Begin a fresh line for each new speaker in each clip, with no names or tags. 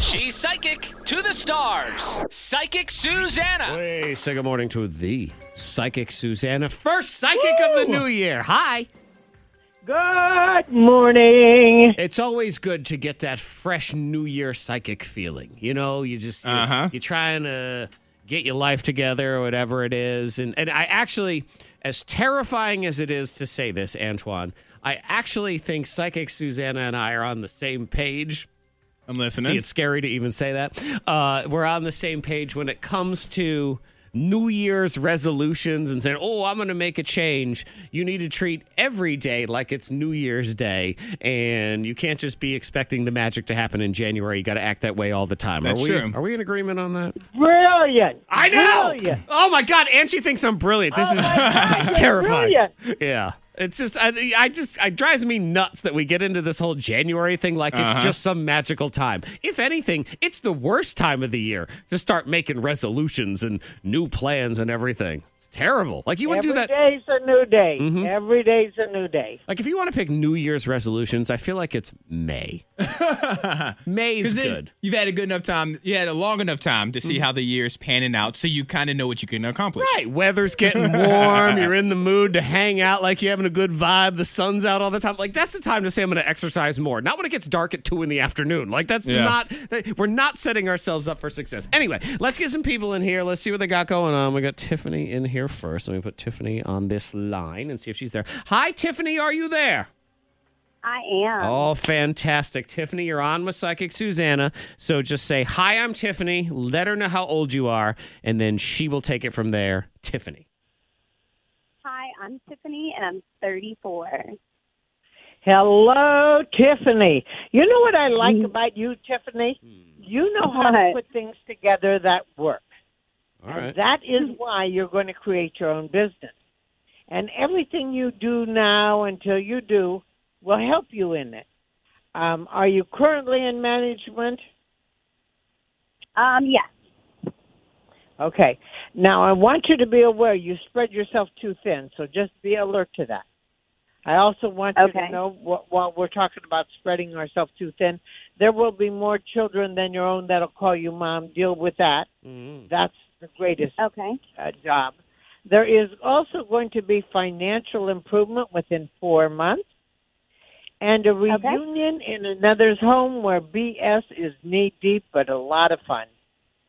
She's psychic to the stars. Psychic Susanna.
Hey, say good morning to the psychic Susanna, first psychic of the new year. Hi.
Good morning.
It's always good to get that fresh new year psychic feeling. You know, you just you're,
Uh-huh.
you're trying to get your life together or whatever it is. And and I actually, as terrifying as it is to say this, Antoine, I actually think psychic Susanna and I are on the same page.
I'm listening.
See, it's scary to even say that. Uh, we're on the same page when it comes to New Year's resolutions and saying, oh, I'm going to make a change. You need to treat every day like it's New Year's Day. And you can't just be expecting the magic to happen in January. You got to act that way all the time.
That's
are, we,
true.
are we in agreement on that?
Brilliant.
I know.
Brilliant. Oh
Oh, my God. Angie thinks I'm brilliant. This is, this is terrifying.
brilliant.
Yeah. It's just, I, I just, it drives me nuts that we get into this whole January thing like it's just some magical time. If anything, it's the worst time of the year to start making resolutions and new plans and everything. It's terrible. Like, you wouldn't
Every
do that. Mm-hmm.
day's a new day. Every day's a new day.
Like, if you want to pick New Year's resolutions, I feel like it's May. May's
'Cause then
good. Mm-hmm.
You've had a good enough time. You had a long enough time to see how the year's panning out, so you kind of know what you can accomplish.
Right. Weather's getting warm. You're in the mood to hang out like you're having a good vibe. The sun's out all the time. Like, that's the time to say I'm going to exercise more. Not when it gets dark at two in the afternoon. Like, that's
Yeah.
not, that- we're not setting ourselves up for success. Anyway, let's get some people in here. Let's see what they got going on. We got Tiffany in here first. Let me put Tiffany on this line and see if she's there. Hi, Tiffany. Are you there?
I am.
Oh, fantastic. Tiffany, you're on with Psychic Susanna. So just say, Hi, I'm Tiffany. Let her know how old you are, and then she will take it from there. Tiffany.
Hi, I'm Tiffany, and I'm 34.
Hello, Tiffany. You know what I like about you, Tiffany?
Hmm.
You know how to
Mm. What?
put things together that work.
All right.
That is why you're going to create your own business. And everything you do now until you do will help you in it. Um, are you currently in management?
Um, yeah.
Okay. Now I want you to be aware you spread yourself too thin, so just be alert to that. I also want you
Okay.
to know wh- while we're talking about spreading ourselves too thin, there will be more children than your own that'll call you mom. Deal with that. That's the greatest
Okay.
uh, job. There is also going to be financial improvement within four months and a
Okay.
reunion in another's home where BS is knee deep but a lot of fun.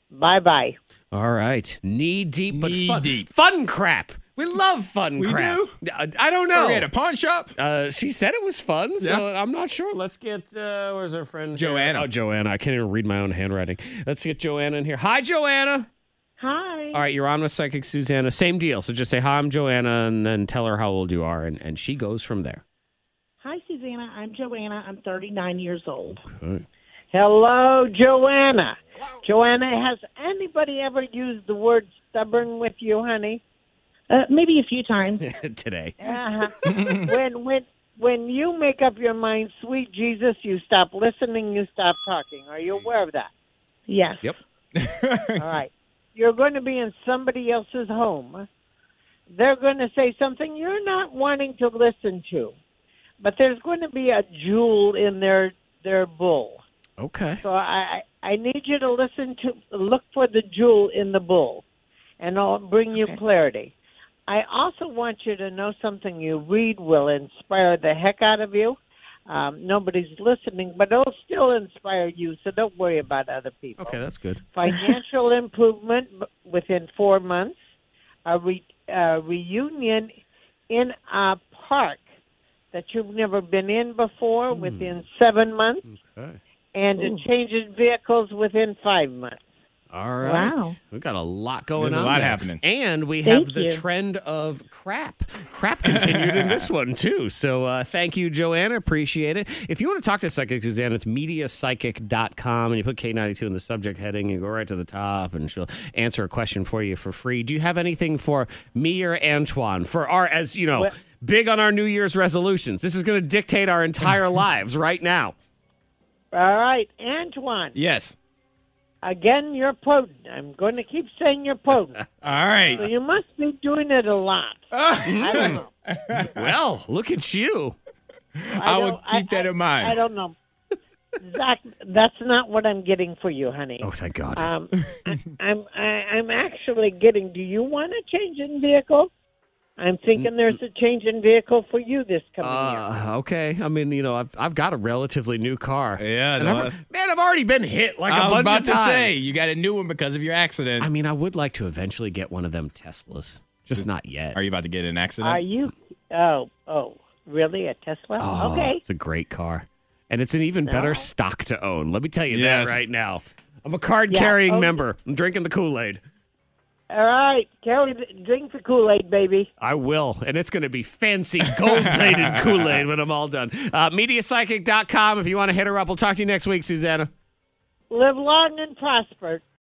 Bye bye.
All right. Knee deep, but
Knee
fun.
deep.
Fun crap. We love fun
We
crap.
do?
I, I don't
Are we at
know.
a pawn shop?
Uh, she said it was fun, so
Yeah.
I'm not sure. Let's get, uh, where's her friend? here?
Joanna.
Oh, Joanna. I can't even read my own handwriting. Let's get Joanna in here. Hi, Joanna.
Hi.
All right, you're on with Psychic Susanna. Same deal. So just say, Hi, I'm Joanna, and then tell her how old you are, and, and she goes from there.
Hi, Susanna. I'm Joanna. I'm 39 years old.
Hello, Joanna. Joanna, has anybody ever used the word stubborn with you, honey?
Uh, maybe a few times.
Today.
Uh-huh. when when when you make up your mind, sweet Jesus, you stop listening, you stop talking. Are you aware of that?
Yes.
Yep.
All right. You're going to be in somebody else's home. They're going to say something you're not wanting to listen to. But there's going to be a jewel in their their bull.
Okay.
So I I I need you to listen to look for the jewel in the bull, and I'll bring you clarity. I also want you to know something you read will inspire the heck out of you. Um, nobody's listening, but it'll still inspire you. So don't worry about other people.
Okay, that's good.
Financial improvement b- within four months. A re, uh, reunion in a park that you've never been in before within seven months
Okay.
and to change his vehicles within five months.
All right.
Wow.
We've got a lot going
There's a
on.
lot
there.
happening.
And we
Thank
have the
you.
trend of crap. Crap continued in this one, too. So uh, thank you, Joanna. Appreciate it. If you want to talk to Psychic Susanna, it's mediapsychic.com. And you put K92 in the subject heading, you go right to the top, and she'll answer a question for you for free. Do you have anything for me or Antoine for our, as you know,
Well-
big on our New Year's resolutions? This is going to dictate our entire lives right now.
All right, Antoine.
Yes.
Again, you're potent. I'm going to keep saying you're potent.
All
so
right.
you must be doing it a lot. I don't know.
Well, look at you.
I, will
don't-
keep that in mind.
I don't know. Zach, that's not what I'm getting for you, honey.
Oh, thank God.
Um, I, I'm I, I'm actually getting. Do you want a change in vehicle? I'm thinking there's a change in vehicle for you this coming
Ah.
year.
Uh, okay. I mean, you know, I've, I've got a relatively new car.
Yeah,
And
no,
I've-
that's-
man, I've already been hit like a
I was
bunch
about
of
to
times.
say you got a new one because of your accident.
I mean, I would like to eventually get one of them Teslas, just not yet.
Are you about to get in an accident?
Are you? Oh, oh, really? A Tesla?
Ah.
Oh,
okay.
It's a great car, and it's an even better stock to own. Let me tell you
Yes.
that right now. I'm a card carrying
okay.
member. I'm drinking the Kool Aid.
All right. Carry the, drink the Kool Aid, baby.
I will, and it's going to be fancy gold plated Kool Aid when I'm all done. Uh, MediaPsychic.com. If you want to hit her up, we'll talk to you next week, Susanna.
Live long and prosper.